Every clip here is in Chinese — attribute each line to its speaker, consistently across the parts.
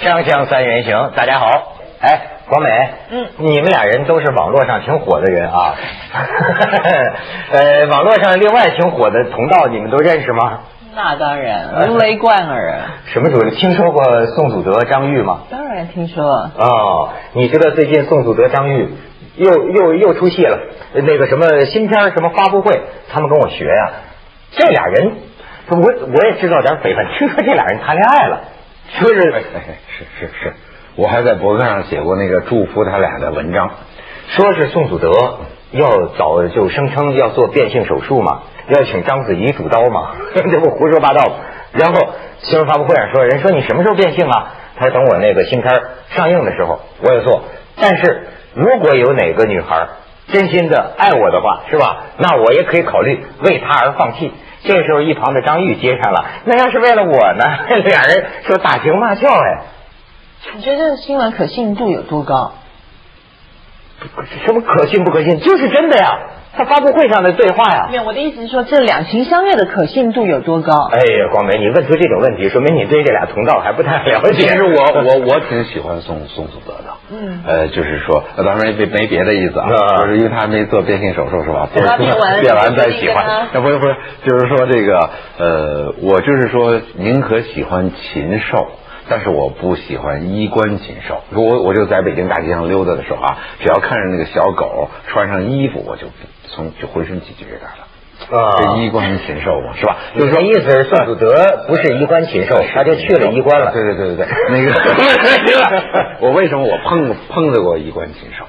Speaker 1: 锵锵三人行，大家好。哎，广美，
Speaker 2: 嗯
Speaker 1: 你们俩人都是网络上挺火的人啊。 呃，网络上另外挺火的同道，你们都认识吗？
Speaker 2: 那当然，如雷贯耳，啊
Speaker 1: 什么主？听说过宋祖德、张玉吗？
Speaker 2: 当然听说。
Speaker 1: 哦，你知道最近宋祖德、张玉又又又出戏了，那个什么新片儿什么发布会，他们跟我学呀、这俩人，我我也知道点绯闻，听说这俩人谈恋爱了，是不是？
Speaker 3: 哎，是是是，我还在博客上写过那个祝福他俩的文章。
Speaker 1: 说是宋祖德要早就声称要做变性手术嘛，要请章子怡主刀嘛， 这不胡说八道吗？然后新闻发布会上说，人说你什么时候变性啊？他说等我那个新片儿上映的时候我也做。但是如果有哪个女孩真心的爱我的话，是吧？那我也可以考虑为她而放弃。这时候一旁的张玉接上了，那要是为了我呢？ 俩人说打情骂俏哎，
Speaker 2: 你觉得这个新闻可信度有多高？
Speaker 1: 什么可信不可信？就是真的呀，他发布会上的对话呀。
Speaker 2: 没有，我的意思是说，这两情相悦的可信度有多高？
Speaker 1: 哎呀，广梅，你问出这种问题，说明你对这俩同道还不太了解。
Speaker 3: 其实我我我挺喜欢宋宋祖德的，
Speaker 2: 嗯
Speaker 3: 呃，就是说，呃当然没没别的意思
Speaker 1: 啊
Speaker 3: 啊，就是因为他没做变性手术是吧？
Speaker 2: 他变完了
Speaker 3: 变完再喜
Speaker 2: 就那个啊
Speaker 3: 欢，那不是不是，就是说这个呃，我就是说宁可喜欢禽兽。但是我不喜欢衣冠禽兽，我我就在北京大街上溜达的时候啊，只要看着那个小狗穿上衣服，我就从就浑身起鸡皮疙瘩了。这
Speaker 1: 啊，
Speaker 3: 衣冠禽兽嘛，是吧？
Speaker 1: 就是说意思是宋祖德不是衣冠禽兽，他就去了衣冠了。
Speaker 3: 对对对对对，那 个，我为什么我碰碰到过衣冠禽兽？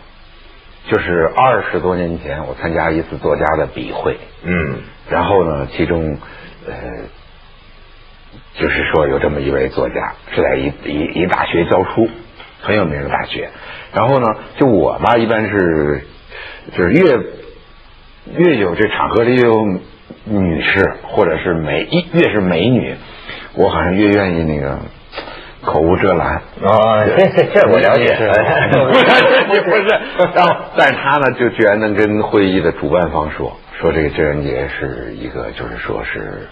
Speaker 3: 就是二十多年前，我参加一次作家的笔会，
Speaker 1: 嗯
Speaker 3: 然后呢，其中呃，就是说有这么一位作家是在一一一大学教书，很有名的大学。然后呢，就我吧，一般是就是越越有这场合里越有女士或者是美一越是美女，我好像越愿意那个口无遮拦。
Speaker 1: 啊，这这 这我了解。
Speaker 3: 是 不是不是，然后但是他呢就居然能跟会议的主办方说说这个郑渊洁是一个就是说是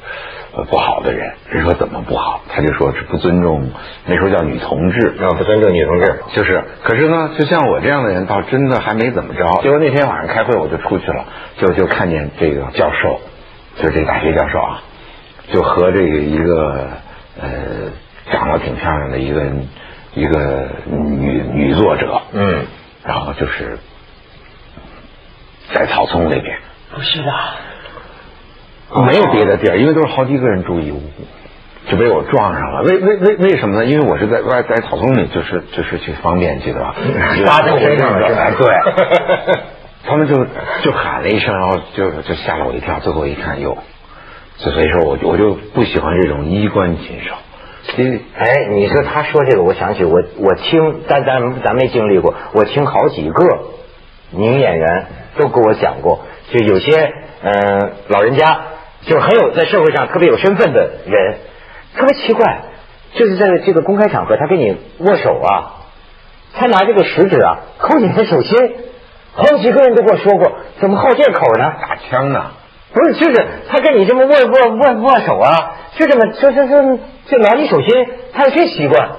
Speaker 3: 呃不好的人，人说怎么不好，他就说是不尊重，那时候叫女同志，
Speaker 1: 啊，不尊重女同志。
Speaker 3: 就是，可是呢，就像我这样的人，倒真的还没怎么着。结果那天晚上开会，我就出去了，就就看见这个教授，就是这大学教授啊，就和这个一个呃长得挺漂亮的一个一个女女作者，
Speaker 1: 嗯，
Speaker 3: 然后就是在草丛里边，
Speaker 2: 不是啊吧？
Speaker 1: 啊
Speaker 3: 没有别的地儿，因为都是好几个人住一屋，就被我撞上了。为为为为什么呢？因为我是在外在草丛里，就是就是去方便去的吧，
Speaker 1: 搭在身上了是吧
Speaker 3: 哎对，他们就就喊了一声，然后就就吓了我一跳。最后一看，哟，所以说我就我就不喜欢这种衣冠禽兽，因为
Speaker 1: 哎，你说他说这个，我想起我我听，但咱咱没经历过，我听好几个女演员都跟我讲过，就有些嗯、呃老人家就是很有在社会上特别有身份的人，特别奇怪，就是在这个公开场合，他跟你握手啊，他拿这个食指啊抠你的手心，好几个人都跟我说过，怎么好这口呢？
Speaker 3: 打枪呢。
Speaker 1: 不是，就是他跟你这么握握握握手啊，就这么就就就就拿你手心，他有这习惯，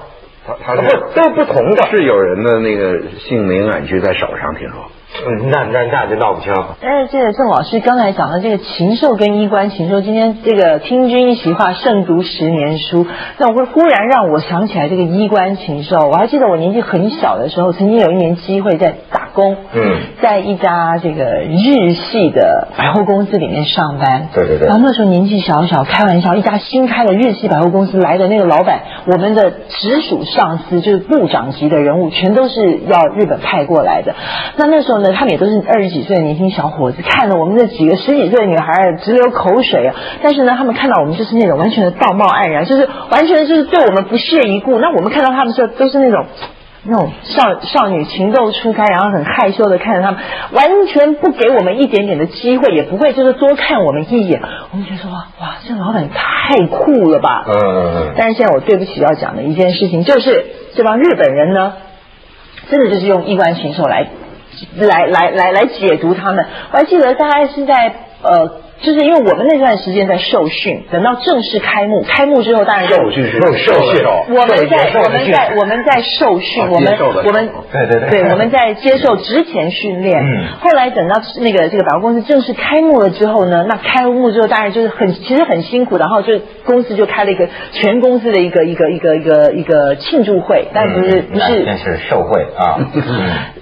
Speaker 3: 他他
Speaker 1: 不都是不同的
Speaker 3: 是有人的那个性敏感区在手上，听说。
Speaker 1: 嗯，那那那就闹不清。
Speaker 2: 但是这个郑老师刚才讲的这个禽兽跟衣冠禽兽，今天这个听君一席话，胜读十年书。那我会忽然让我想起来这个衣冠禽兽。我还记得我年纪很小的时候，曾经有一年机会在打工，
Speaker 1: 嗯，
Speaker 2: 在一家这个日系的百货公司里面上班。
Speaker 1: 对对对
Speaker 2: 然后那时候年纪小小，开玩笑，一家新开的日系百货公司来的那个老板，我们的直属上司就是部长级的人物，全都是要日本派过来的。那那时候呢，他们也都是二十几岁的年轻小伙子，看了我们这几个十几岁的女孩儿直流口水啊。但是呢，他们看到我们就是那种完全的道貌岸然，就是完全就是对我们不屑一顾。那我们看到他们的时候，都是那种。那种少少女情窦初开，然后很害羞的看着他们，完全不给我们一点点的机会，也不会就是多看我们一眼。我们觉得说哇哇，这老板太酷了吧！
Speaker 1: 嗯嗯
Speaker 2: 但是现在我对不起要讲的一件事情，就是这帮日本人呢，真的就是用衣冠禽兽来来来来来解读他们。我还记得大概是在呃就是因为我们那段时间在受训，等到正式开幕，开幕之后当然就
Speaker 3: 受训是
Speaker 1: 受受训
Speaker 2: 我们在
Speaker 1: 受
Speaker 2: 我们
Speaker 1: 训
Speaker 2: 在我们在受训，
Speaker 1: 啊
Speaker 3: 哦
Speaker 2: 我们
Speaker 3: 接受的
Speaker 2: 我们
Speaker 1: 对对对
Speaker 2: 我们在接受职前训练。
Speaker 1: 嗯
Speaker 2: 后来等到那个这个百货公司正式开幕了之后呢，那开幕之后当然就是很其实很辛苦，然后就公司就开了一个全公司的一个一个一个一个一个庆祝会，但不是、
Speaker 1: 嗯
Speaker 2: 不
Speaker 1: 那
Speaker 2: 是
Speaker 1: 真是受贿啊！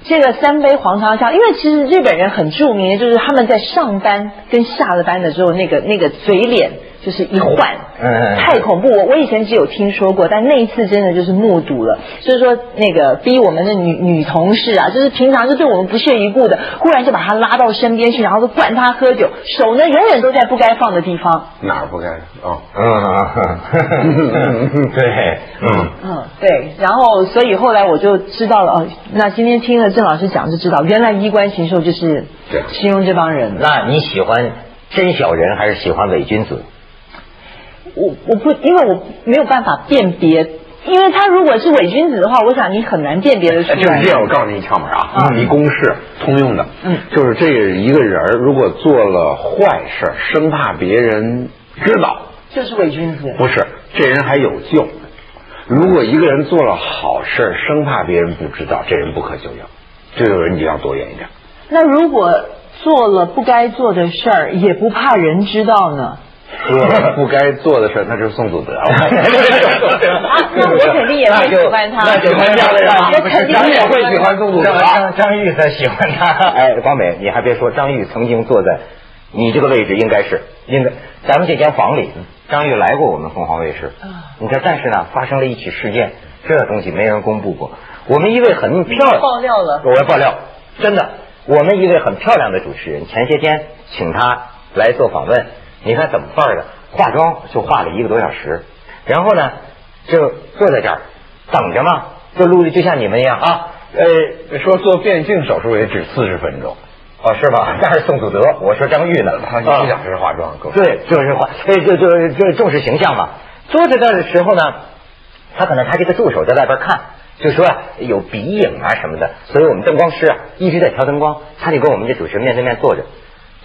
Speaker 2: 这个三杯黄桃酱，因为其实日本人很著名，就是他们在上班跟下了班的时候，那个那个嘴脸就是一换，
Speaker 1: 嗯
Speaker 2: 太恐怖。我我以前只有听说过，但那一次真的就是目睹了。所以说，那个逼我们的女女同事啊，就是平常就对我们不屑一顾的，忽然就把她拉到身边去，然后就灌她喝酒，手呢永远都在不该放的地方。
Speaker 3: 哪儿不该哦？
Speaker 1: 嗯， 对，嗯。
Speaker 2: 嗯，对，然后所以后来我就知道了哦，那今天听了郑老师讲就知道，原来衣冠禽兽就是
Speaker 3: 对
Speaker 2: 形容这帮人。
Speaker 1: 那你喜欢真小人还是喜欢伪君子？
Speaker 2: 我我不，因为我没有办法辨别，因为他如果是伪君子的话，我想你很难辨别得出
Speaker 3: 哎，
Speaker 2: 来。
Speaker 3: 就是这样，我告诉你一窍门啊，
Speaker 2: 嗯
Speaker 3: 一公式通用的，
Speaker 2: 嗯
Speaker 3: 就是这一个人儿如果做了坏事儿，生怕别人知道，
Speaker 2: 就是伪君子。
Speaker 3: 不是这人还有救；如果一个人做了好事儿，生怕别人不知道，这人不可救药。这种人你就要躲 远一点。
Speaker 2: 那如果做了不该做的事儿，也不怕人知道呢？
Speaker 3: 做了不该做的事儿，那就是宋祖德。
Speaker 2: 啊 那我肯定也会喜欢他
Speaker 1: 那就那就
Speaker 2: 喜欢这样的人
Speaker 1: 那就
Speaker 2: 肯 定也会喜欢
Speaker 3: 宋祖德
Speaker 1: 张张张玉他喜欢他。哎，光美，你还别说，张玉曾经坐在你这个位置，应该是应该咱们这间房里，张玉来过我们凤凰卫视
Speaker 2: 啊。
Speaker 1: 你看，但是呢，发生了一起事件，这东西没人公布过。我们一位很漂亮，
Speaker 2: 爆料了
Speaker 1: 我要爆料，真的，我们一位很漂亮的主持人，前些天请她来做访问，你看怎么办的？化妆就化了一个多小时，然后呢，就坐在这儿等着嘛，就录，就像你们一样啊，
Speaker 3: 呃，说做变性手术也只四十分钟，啊
Speaker 1: 哦，是吧？ 那是宋祖德，我说张玉呢，
Speaker 3: 他一个小时化妆够。
Speaker 1: 啊对，就是化，呃，就就就重视形象嘛。坐在那儿的时候呢，他可能他这个助手在外边看，就说啊有鼻影啊什么的，所以我们灯光师啊一直在调灯光，他就跟我们这主持人面对面坐着，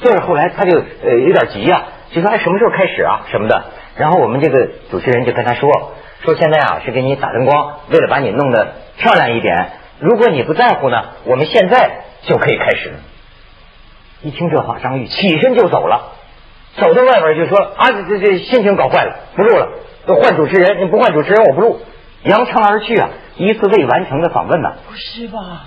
Speaker 1: 坐着后来他就呃有点急啊，就说哎什么时候开始啊什么的，然后我们这个主持人就跟他说说现在啊是给你打灯光，为了把你弄得漂亮一点，如果你不在乎呢，我们现在就可以开始。一听这话，张玉起身就走了，走到外边就说啊，这这这心情搞坏了，不录了，换主持人，你不换主持人我不录。扬长而去啊，一次未完成的访问呢、
Speaker 2: 不是吧？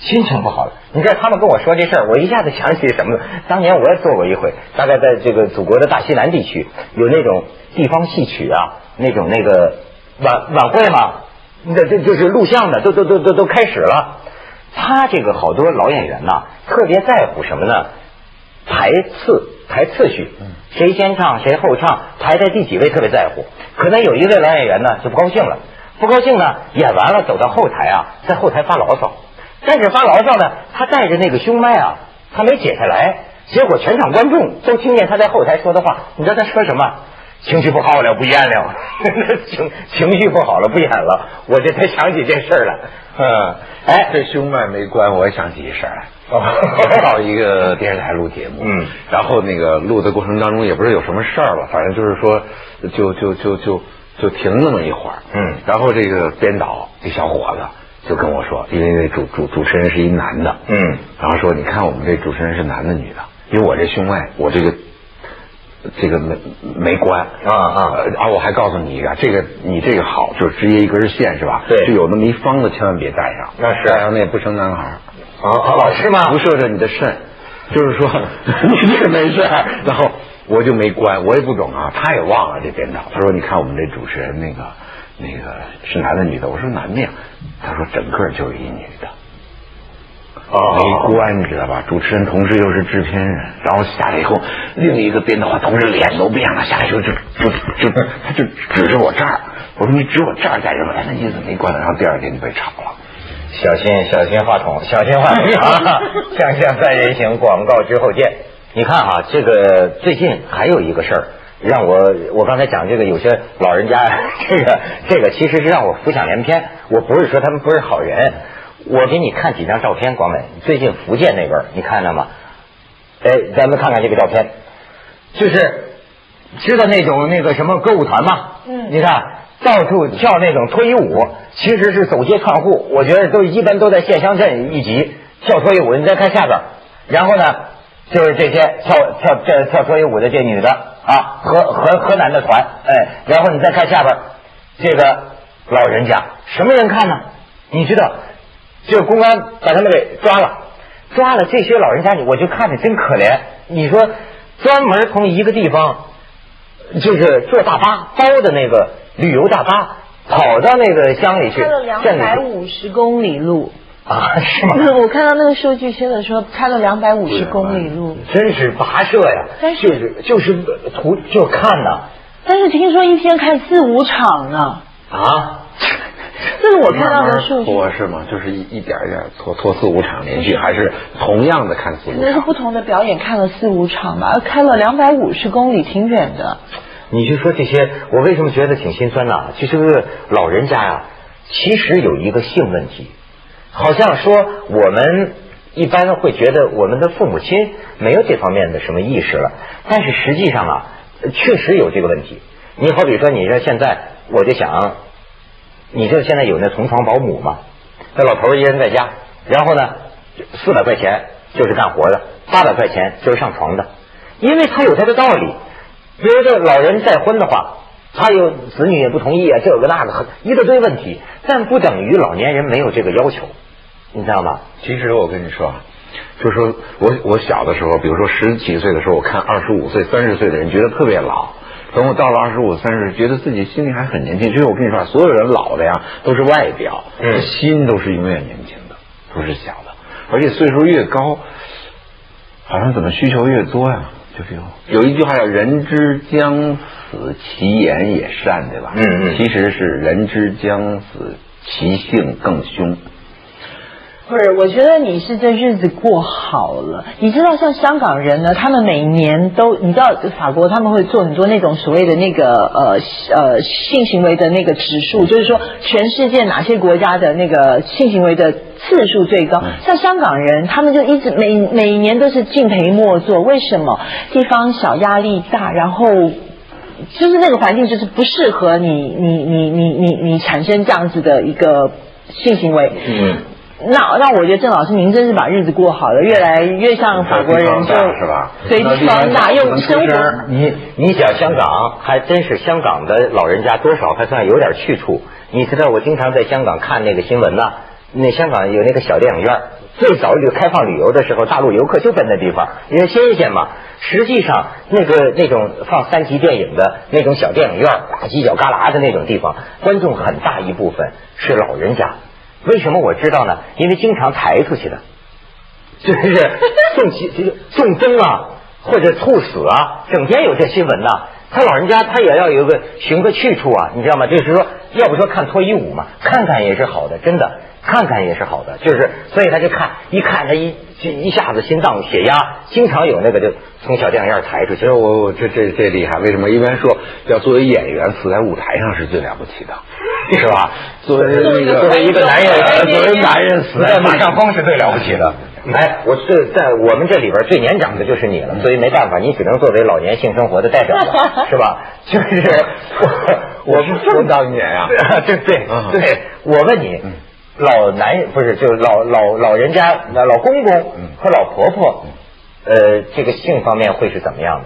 Speaker 1: 心情不好了。你知道他们跟我说这事儿，我一下子想起什么了？当年我也做过一回，大概在这个祖国的大西南地区，有那种地方戏曲啊，那种那个晚晚会嘛，那这就是录像的，都都都都都开始了。他这个好多老演员呐、特别在乎什么呢？排次排次序，谁先唱谁后唱，排在第几位特别在乎。可能有一位老演员呢就不高兴了，不高兴呢演完了走到后台啊，在后台发牢骚，但是发牢骚呢，他带着那个胸麦啊，他没解下来，结果全场观众都听见他在后台说的话，你知道他说什么？情绪不好了，不演了， 情情绪不好了，不演了，我这才想起这事儿来。嗯，哎，
Speaker 3: 这胸麦没关，我也想起一事儿来。
Speaker 1: 哦
Speaker 3: 我到一个电视台录节目，
Speaker 1: 嗯，
Speaker 3: 然后那个录的过程当中也不是有什么事儿吧，反正就是说，就就就就就停那么一会儿，
Speaker 1: 嗯
Speaker 3: 然后这个编导这小伙子就跟我说，因为那主主主持人是一男的，
Speaker 1: 嗯，
Speaker 3: 然后说你看我们这主持人是男的女的，因为我这胸外我这个这个没没关
Speaker 1: 啊啊
Speaker 3: 呃啊我还告诉你一个，这个你这个好就是直接一根线是吧？
Speaker 1: 对
Speaker 3: 就有那么一方的千万别带上，
Speaker 1: 那是
Speaker 3: 带上那也不生男孩儿。
Speaker 1: 啊啊，是吗？
Speaker 3: 辐射着你的肾，就是说 你这没事儿。然后我就没关，我也不懂啊，他也忘了这编导。他说：“你看我们这主持人那个那个是男的女的？”我说：“男的呀。”他说：“整个就是一女的。”
Speaker 1: 哦
Speaker 3: 没关，你知道吧？主持人同时又是制片人，然后下来以后，另一个编导同时脸都变了，下来以后就就就他就指着我这儿，我说你指我这儿干什么？哎，那意思没关的。然后第二天就被炒了。
Speaker 1: 小心小心话筒，小心话筒啊！锵锵三人行，广告之后见。你看啊，这个最近还有一个事儿，让我我刚才讲这个有些老人家， 这个这个其实是让我浮想联翩。我不是说他们不是好人，我给你看几张照片，广美，最近福建那边儿你看到吗？哎，咱们看看这个照片，就是知道那种那个什么歌舞团嘛，
Speaker 2: 嗯
Speaker 1: 你看到处跳那种脱衣舞，其实是走街串户，我觉得都一般都在县乡镇一级跳脱衣舞。你再看下边儿，然后呢，就是这些跳跳这跳脱衣舞的这女的啊，河河河南的团，哎，然后你再看下边儿这个老人家，什么人看呢？你知道，这个公安把他们给抓了，抓了这些老人家，我就看着真可怜。你说，专门从一个地方，就是坐大巴包的那个旅游大巴，跑到那个乡里去，
Speaker 2: 开了两
Speaker 1: 县里
Speaker 2: 百
Speaker 1: 去
Speaker 2: 五十公里路。
Speaker 1: 啊，是吗？
Speaker 2: 我看到那个数据写的说开了两百五十公里路，
Speaker 1: 真是跋涉呀！
Speaker 2: 但是
Speaker 1: 就是就是图就看呐
Speaker 2: 但是听说一天开四五场呢，
Speaker 1: 啊，
Speaker 2: 这是我看到的数据。
Speaker 3: 慢慢搓是吗？就是一一点一点搓搓四五场连续，还是同样的看四五
Speaker 2: 那是
Speaker 3: 场？
Speaker 2: 不同的表演，看了四五场吧，开了两百五十公里，挺远的。
Speaker 1: 你就说这些，我为什么觉得挺心酸呢？就是老人家呀、其实有一个性问题，好像说我们一般会觉得我们的父母亲没有这方面的什么意识了，但是实际上啊，确实有这个问题。你好比说，你说现在我就想，你知道现在有那同床保姆吗？那老头儿一人在家，然后呢，四百块钱就是干活的，八百块钱就是上床的，因为他有他的道理。比如这老人再婚的话，他有子女也不同意啊，这个那个一大堆问题，但不等于老年人没有这个要求，你知道吗？
Speaker 3: 其实我跟你说，啊，就说我我小的时候，比如说十几岁的时候，我看二十五岁、三十岁的人，觉得特别老。等我到了二十五、三十，觉得自己心里还很年轻。其实我跟你说啊，所有人老的呀，都是外表，
Speaker 1: 嗯
Speaker 3: 心都是永远年轻的，不是小的。而且岁数越高，好像怎么需求越多呀？就是有有一句话叫“人之将死，其言也善”，对吧？
Speaker 1: 嗯嗯
Speaker 3: 其实是“人之将死，其性更凶”。
Speaker 2: 不是，我觉得你是这日子过好了。你知道，像香港人呢，他们每年都，你知道法国他们会做很多那种所谓的那个呃呃性行为的那个指数，就是说全世界哪些国家的那个性行为的次数最高。像香港人，他们就一直每每年都是敬陪末座，为什么？地方小，压力大，然后。就是那个环境，就是不适合你，你你你你你产生这样子的一个性行为。
Speaker 1: 嗯，
Speaker 2: 那那我觉得郑老师您真是把日子过好了，越来越像法国人就
Speaker 3: 地方大是吧
Speaker 2: 对，地方大
Speaker 3: 那地
Speaker 2: 又
Speaker 3: 方
Speaker 2: 生
Speaker 3: 出声
Speaker 2: 活
Speaker 3: 儿。
Speaker 1: 你你讲香港，还真是香港的老人家多少还算有点去处。你知道我经常在香港看那个新闻呐、那香港有那个小电影院，最早就开放旅游的时候，大陆游客就奔那地方，因为新鲜嘛。实际上，那个那种放三级电影的那种小电影院，啊，犄角旮旯的那种地方，观众很大一部分是老人家。为什么我知道呢？因为经常抬出去的。 就是中其就是中风啊，或者猝死啊，整天有这新闻呐、他老人家他也要有个寻个去处啊，你知道吗？就是说，要不说看脱衣舞嘛，看看也是好的，真的，看看也是好的。就是，所以他就看一看他一就一下子心脏血压，经常有那个就从小电影院抬出
Speaker 3: 其实
Speaker 1: 去。
Speaker 3: 哎我我这这这厉害，为什么？一般说要作为演员死在舞台上是最了不起的，是吧？作为那个
Speaker 1: 作为一个男人，
Speaker 3: 作为男人死
Speaker 1: 在
Speaker 3: 在
Speaker 1: 马上风是最了不起的。哎，我是在我们这里边最年长的就是你了，所以没办法，你只能作为老年性生活的代表 了，是吧？就是我，我
Speaker 3: 我是这么当年 啊
Speaker 1: 对对
Speaker 3: 嗯
Speaker 1: 对，我问你，老男人不是就是老老老人家老公公
Speaker 3: 嗯
Speaker 1: 和老婆婆，呃，这个性方面会是怎么样的？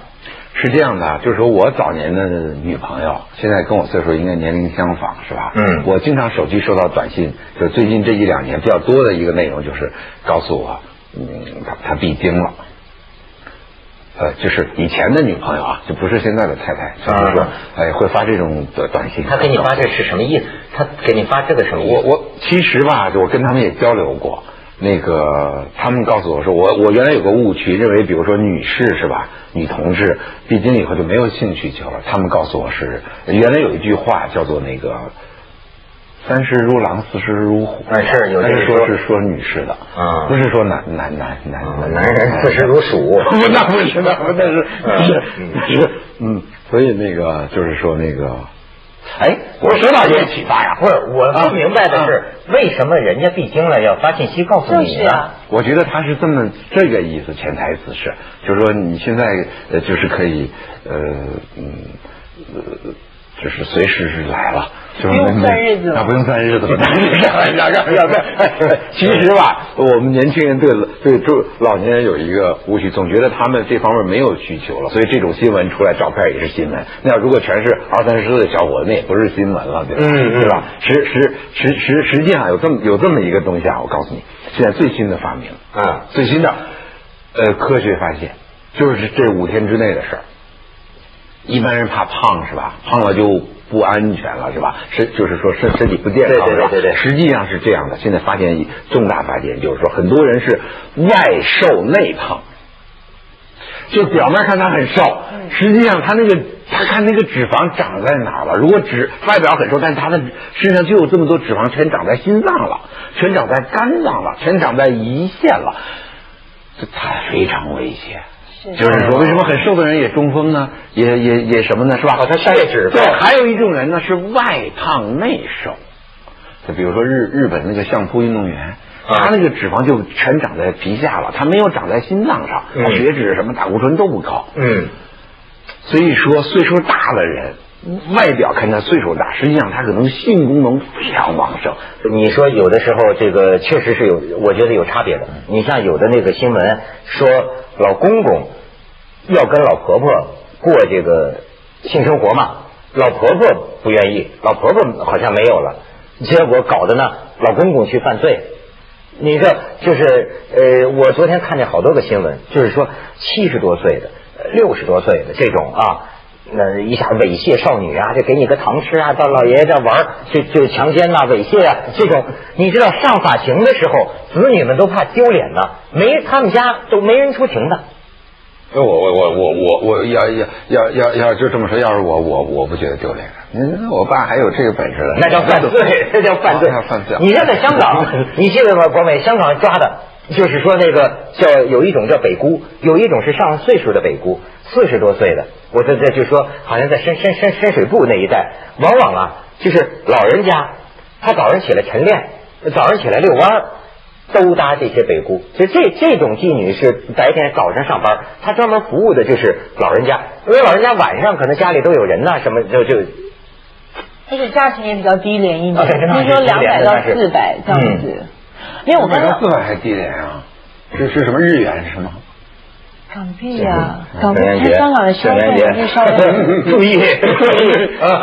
Speaker 3: 是这样的，就是说我早年的女朋友，现在跟我岁数应该年龄相仿，是吧？
Speaker 1: 嗯
Speaker 3: 我经常手机收到短信，就是最近这一两年比较多的一个内容，就是告诉我，嗯，她她闭经了。呃，就是以前的女朋友啊，就不是现在的太太，就是说
Speaker 1: 啊，
Speaker 3: 哎，会发这种短短信。
Speaker 1: 他给你发这是什么意思？他给你发这个什么意思？
Speaker 3: 我我其实吧，我跟他们也交流过，那个他们告诉我说，我我原来有个误区，认为比如说女士是吧，女同志闭经以后就没有性需求了。他们告诉我是原来有一句话叫做那个。三十如狼，四十如虎。
Speaker 1: 哎是有这
Speaker 3: 但
Speaker 1: 一
Speaker 3: 是说
Speaker 1: 说
Speaker 3: 是说女士的，
Speaker 1: 啊
Speaker 3: 不是说男男男男
Speaker 1: 啊男人四十
Speaker 3: 如。
Speaker 1: 如鼠，
Speaker 3: 不，那不 是，那不那是，那是
Speaker 1: 嗯，
Speaker 3: 那是，嗯，所以那个就是说那个
Speaker 1: 哎，
Speaker 3: 我受到这些启发呀
Speaker 1: 不是，我
Speaker 2: 啊
Speaker 1: 不明白的是，为什么人家必经了要发信息告诉你
Speaker 2: 就是
Speaker 1: 呢？
Speaker 2: 啊
Speaker 3: 我觉得他是这么这个意思，潜台词是，就是说你现在呃就是可以呃嗯呃就是随时是来了，就是
Speaker 2: 不用算日子了
Speaker 3: 啊，不用算日子了， 但是要要要其实吧，我们年轻人对对中老年人有一个误区，总觉得他们这方面没有需求了，所以这种新闻出来照片也是新闻。那如果全是二三十岁的小伙子，那也不是新闻了，对吧？
Speaker 1: 嗯嗯
Speaker 3: 对吧？实实实实实际上有这么有这么一个东西啊，我告诉你，现在最新的发明，
Speaker 1: 嗯
Speaker 3: 最新的呃科学发现，就是这五天之内的事儿。一般人怕胖是吧？胖了就不安全了是吧？身就是说身身体不健康
Speaker 1: 对对
Speaker 3: 是吧？
Speaker 1: 对对对
Speaker 3: 实际上是这样的，现在发现一重大发现就是说，很多人是外瘦内胖。就表面看他很瘦，实际上他那个他看那个脂肪长在哪儿了。如果脂外表很瘦，但是他的身上就有这么多脂肪，全长在心脏了，全长在肝脏了，全长在胰腺了，这他非常危险。
Speaker 2: 是
Speaker 3: 就是说，为什么很瘦的人也中风呢？也也也什么呢？是吧？
Speaker 1: 哦他血脂
Speaker 3: 对
Speaker 1: 高，
Speaker 3: 还有一种人呢是外胖内瘦，就比如说日日本那个相扑运动员。
Speaker 1: 啊
Speaker 3: 他那个脂肪就全长在皮下了，他没有长在心脏上，
Speaker 1: 嗯
Speaker 3: 他血脂什么胆固醇都不高。
Speaker 1: 嗯，
Speaker 3: 所以说，岁数大的人，外表看他岁数大，实际上他可能性功能非常旺盛。
Speaker 1: 你说有的时候这个确实是有，我觉得有差别的。你像有的那个新闻说，老公公要跟老婆婆过这个性生活嘛，老婆婆不愿意，老婆婆好像没有了，结果搞得呢，老公公去犯罪。你这就是呃，我昨天看见好多个新闻，就是说七十多岁的、六十多岁的这种啊，那一下猥亵少女啊，就给你个糖吃啊，到老爷爷这玩儿，就就强奸呐、猥亵啊，这种你知道上法庭的时候，子女们都怕丢脸呐、没他们家都没人出庭的。
Speaker 3: 我我我我我我要要要要要就这么说，要是我我我不觉得丢脸。嗯我爸还有这个本事了，
Speaker 1: 那叫犯罪，那叫犯罪
Speaker 3: 啊犯罪。
Speaker 1: 你像在香 港，你记得吗，国美？香港抓的就是说那个叫有一种叫北姑，有一种是上了岁数的北姑，四十多岁的。我这这就说，好像在深深深深水埗那一带，往往啊，就是老人家，他早上起来晨练，早上起来遛弯儿。兜搭这些北姑，就这这种妓女是白天早上上班，她专门服务的就是老人家，因为老人家晚上可能家里都有人呐、什么就就
Speaker 2: 而且价钱也比较低廉一点，
Speaker 1: 啊对
Speaker 2: 听说两百到四百这样子。因为我刚
Speaker 3: 买到
Speaker 2: 刚
Speaker 3: 四百还低点啊？是是什么日元是吗？
Speaker 2: 港币啊，
Speaker 1: 嗯
Speaker 2: 港币，
Speaker 1: 圣诞节
Speaker 2: 它香港的消费能力稍
Speaker 1: 圣诞
Speaker 2: 微。
Speaker 1: 节注 意注意啊！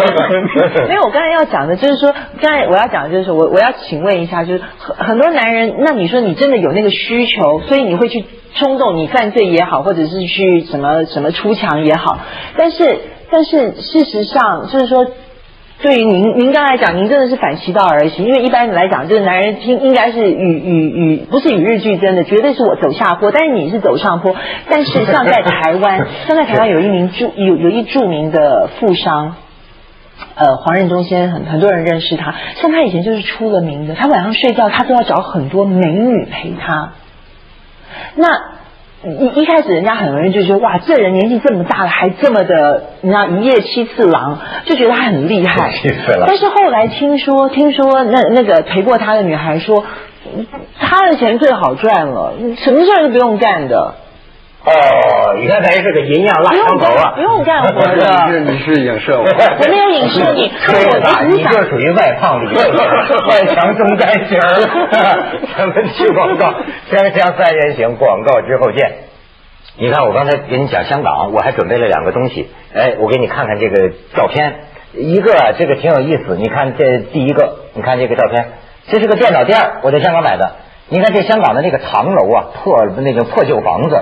Speaker 2: 没有，我刚才要讲的就是说，刚才我要讲的就是我我要请问一下，就是很很多男人，那你说你真的有那个需求，所以你会去冲动，你犯罪也好，或者是去什么什么出墙也好，但是但是事实上就是说。对于您，您刚才讲，您真的是反其道而行，因为一般来讲，这个男人应应该是与与与不是与日俱增的，绝对是我走下坡，但是你是走上坡。但是像在台湾，像在台湾有一名著有有一著名的富商，呃，黄任中先生很很多人认识他，像他以前就是出了名的，他晚上睡觉他都要找很多美女陪他。那一一开始人家很容易就觉得哇，这人年纪这么大了还这么的，你知道一夜七次郎，就觉得他很厉害。
Speaker 1: 七次郎
Speaker 2: 但是后来听说，听说那那个陪过他的女孩说，嗯他的钱最好赚了，什么事儿都不用干的，
Speaker 1: 哦，你看咱是个银样
Speaker 2: 不
Speaker 1: 蜡
Speaker 2: 用
Speaker 1: 枪头
Speaker 2: 干
Speaker 1: 啊
Speaker 2: 不！用干 活
Speaker 3: 你是
Speaker 2: 的。
Speaker 3: 你是影射我。
Speaker 2: 我没有影射你，
Speaker 1: 说
Speaker 2: 我
Speaker 1: 的
Speaker 2: 的
Speaker 1: 大，
Speaker 2: 只
Speaker 1: 你
Speaker 2: 是想
Speaker 1: 这属于外胖里 硬，外强中干型儿。咱们去广告，锵锵三人行，广告之后见。你看，我刚才给你讲香港，我还准备了两个东西。哎，我给你看看这个照片，一个啊这个挺有意思。你看这第一个，你看这个照片，这是个电脑店儿，我在香港买的。你看这香港的那个唐楼啊，破那个破旧房子，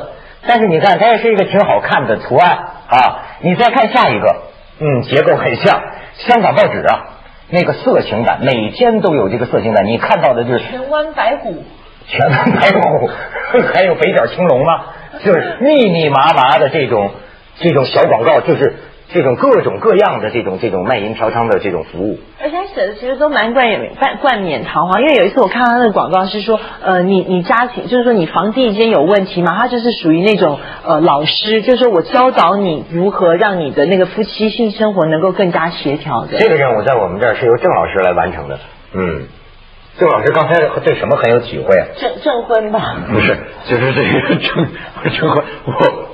Speaker 1: 但是你看它也是一个挺好看的图案啊。你再看下一个，嗯，结构很像香港报纸啊，那个色情感，每天都有这个色情感，你看到的就是
Speaker 2: 全湾白虎。
Speaker 1: 全都白虎，还有北角青龙吗？就是密密麻麻的这种这种小广告，就是这种各种各样的这种这种卖淫嫖娼的这种服务。
Speaker 2: 而且他写的其实都蛮冠冕冠冠冕堂皇，因为有一次我看他那个广告是说，呃，你你家庭就是说你房地间有问题嘛，他就是属于那种呃老师，就是说我教导你如何让你的那个夫妻性生活能够更加协调的。
Speaker 1: 这个任务在我们这儿是由郑老师来完成的。嗯，郑老师刚才对什么很有体会啊？
Speaker 2: 证证婚吧，
Speaker 3: 不是，就是这个 郑郑坤，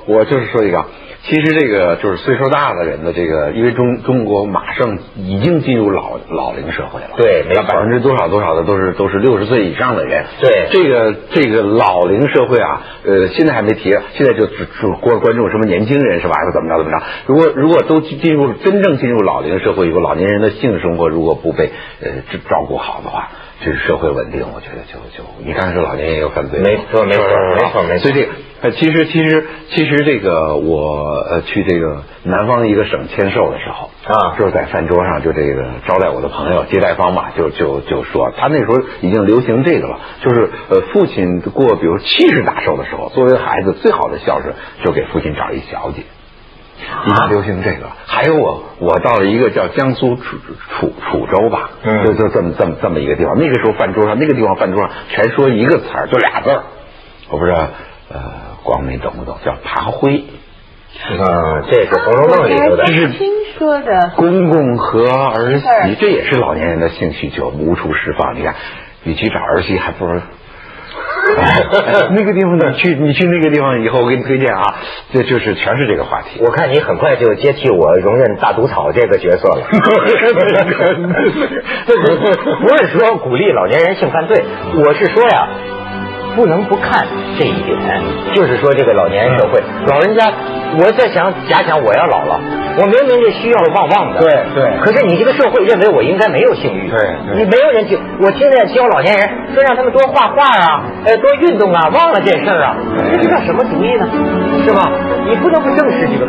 Speaker 3: 我我就是说一个啊，其实这个就是岁数大的人的这个，因为中中国马上已经进入老老龄社会了，
Speaker 1: 对没错
Speaker 3: 百分之多少多少的都是都是六十岁以上的人，
Speaker 1: 对
Speaker 3: 这个这个老龄社会啊，呃，现在还没提，现在就只只关关注什么年轻人是吧，还是怎么着怎么着？如果如果都进入真正进入老龄社会以后，老年人的性生活如果不被呃照顾好的话。这社会稳定，我觉得就就你刚才说老年人也有犯罪。
Speaker 1: 没错没错没错没错
Speaker 3: 嗯所以这个呃，其实其实其实这个我呃去这个南方一个省签售的时候
Speaker 1: 啊
Speaker 3: 就是在饭桌上就这个招待我的朋友接待方嘛，就就就说他那时候已经流行这个了，就是呃父亲过比如七十大寿的时候，作为孩子最好的孝顺就给父亲找一小姐。
Speaker 1: 啊
Speaker 3: 已经流行这个了。还有我，我到了一个叫江苏楚楚楚州吧，
Speaker 1: 嗯
Speaker 3: 就就这么这么这么一个地方。那个时候饭桌上，那个地方饭桌上全说一个词儿，就俩字儿。我不知道，呃，广美懂不懂？叫爬灰。
Speaker 1: 嗯，这是《红楼梦》里头的
Speaker 2: 我还。真听说的。
Speaker 3: 公公和儿媳
Speaker 2: 是，
Speaker 3: 这也是老年人的性需求无处释放。你看，与其找儿媳，还不如。那个地方，你去你去那个地方以后，我给你推荐啊，这就是全是这个话题。
Speaker 1: 我看你很快就接替我容任大毒草这个角色 了。不是说鼓励老年人性犯罪，我是说呀，不能不看这一点。就是说，这个老年社会，
Speaker 3: 嗯
Speaker 1: 老人家，我在想，假想我要老了，我明明这需要旺旺的，
Speaker 3: 对对
Speaker 1: 可是你这个社会认为我应该没有性欲，
Speaker 3: 对对
Speaker 1: 你没有人听。我现在教老年人说让他们多画画啊，呃，多运动啊，忘了这事儿啊，这叫什么主意呢？是吧？你不得不正视这个问题。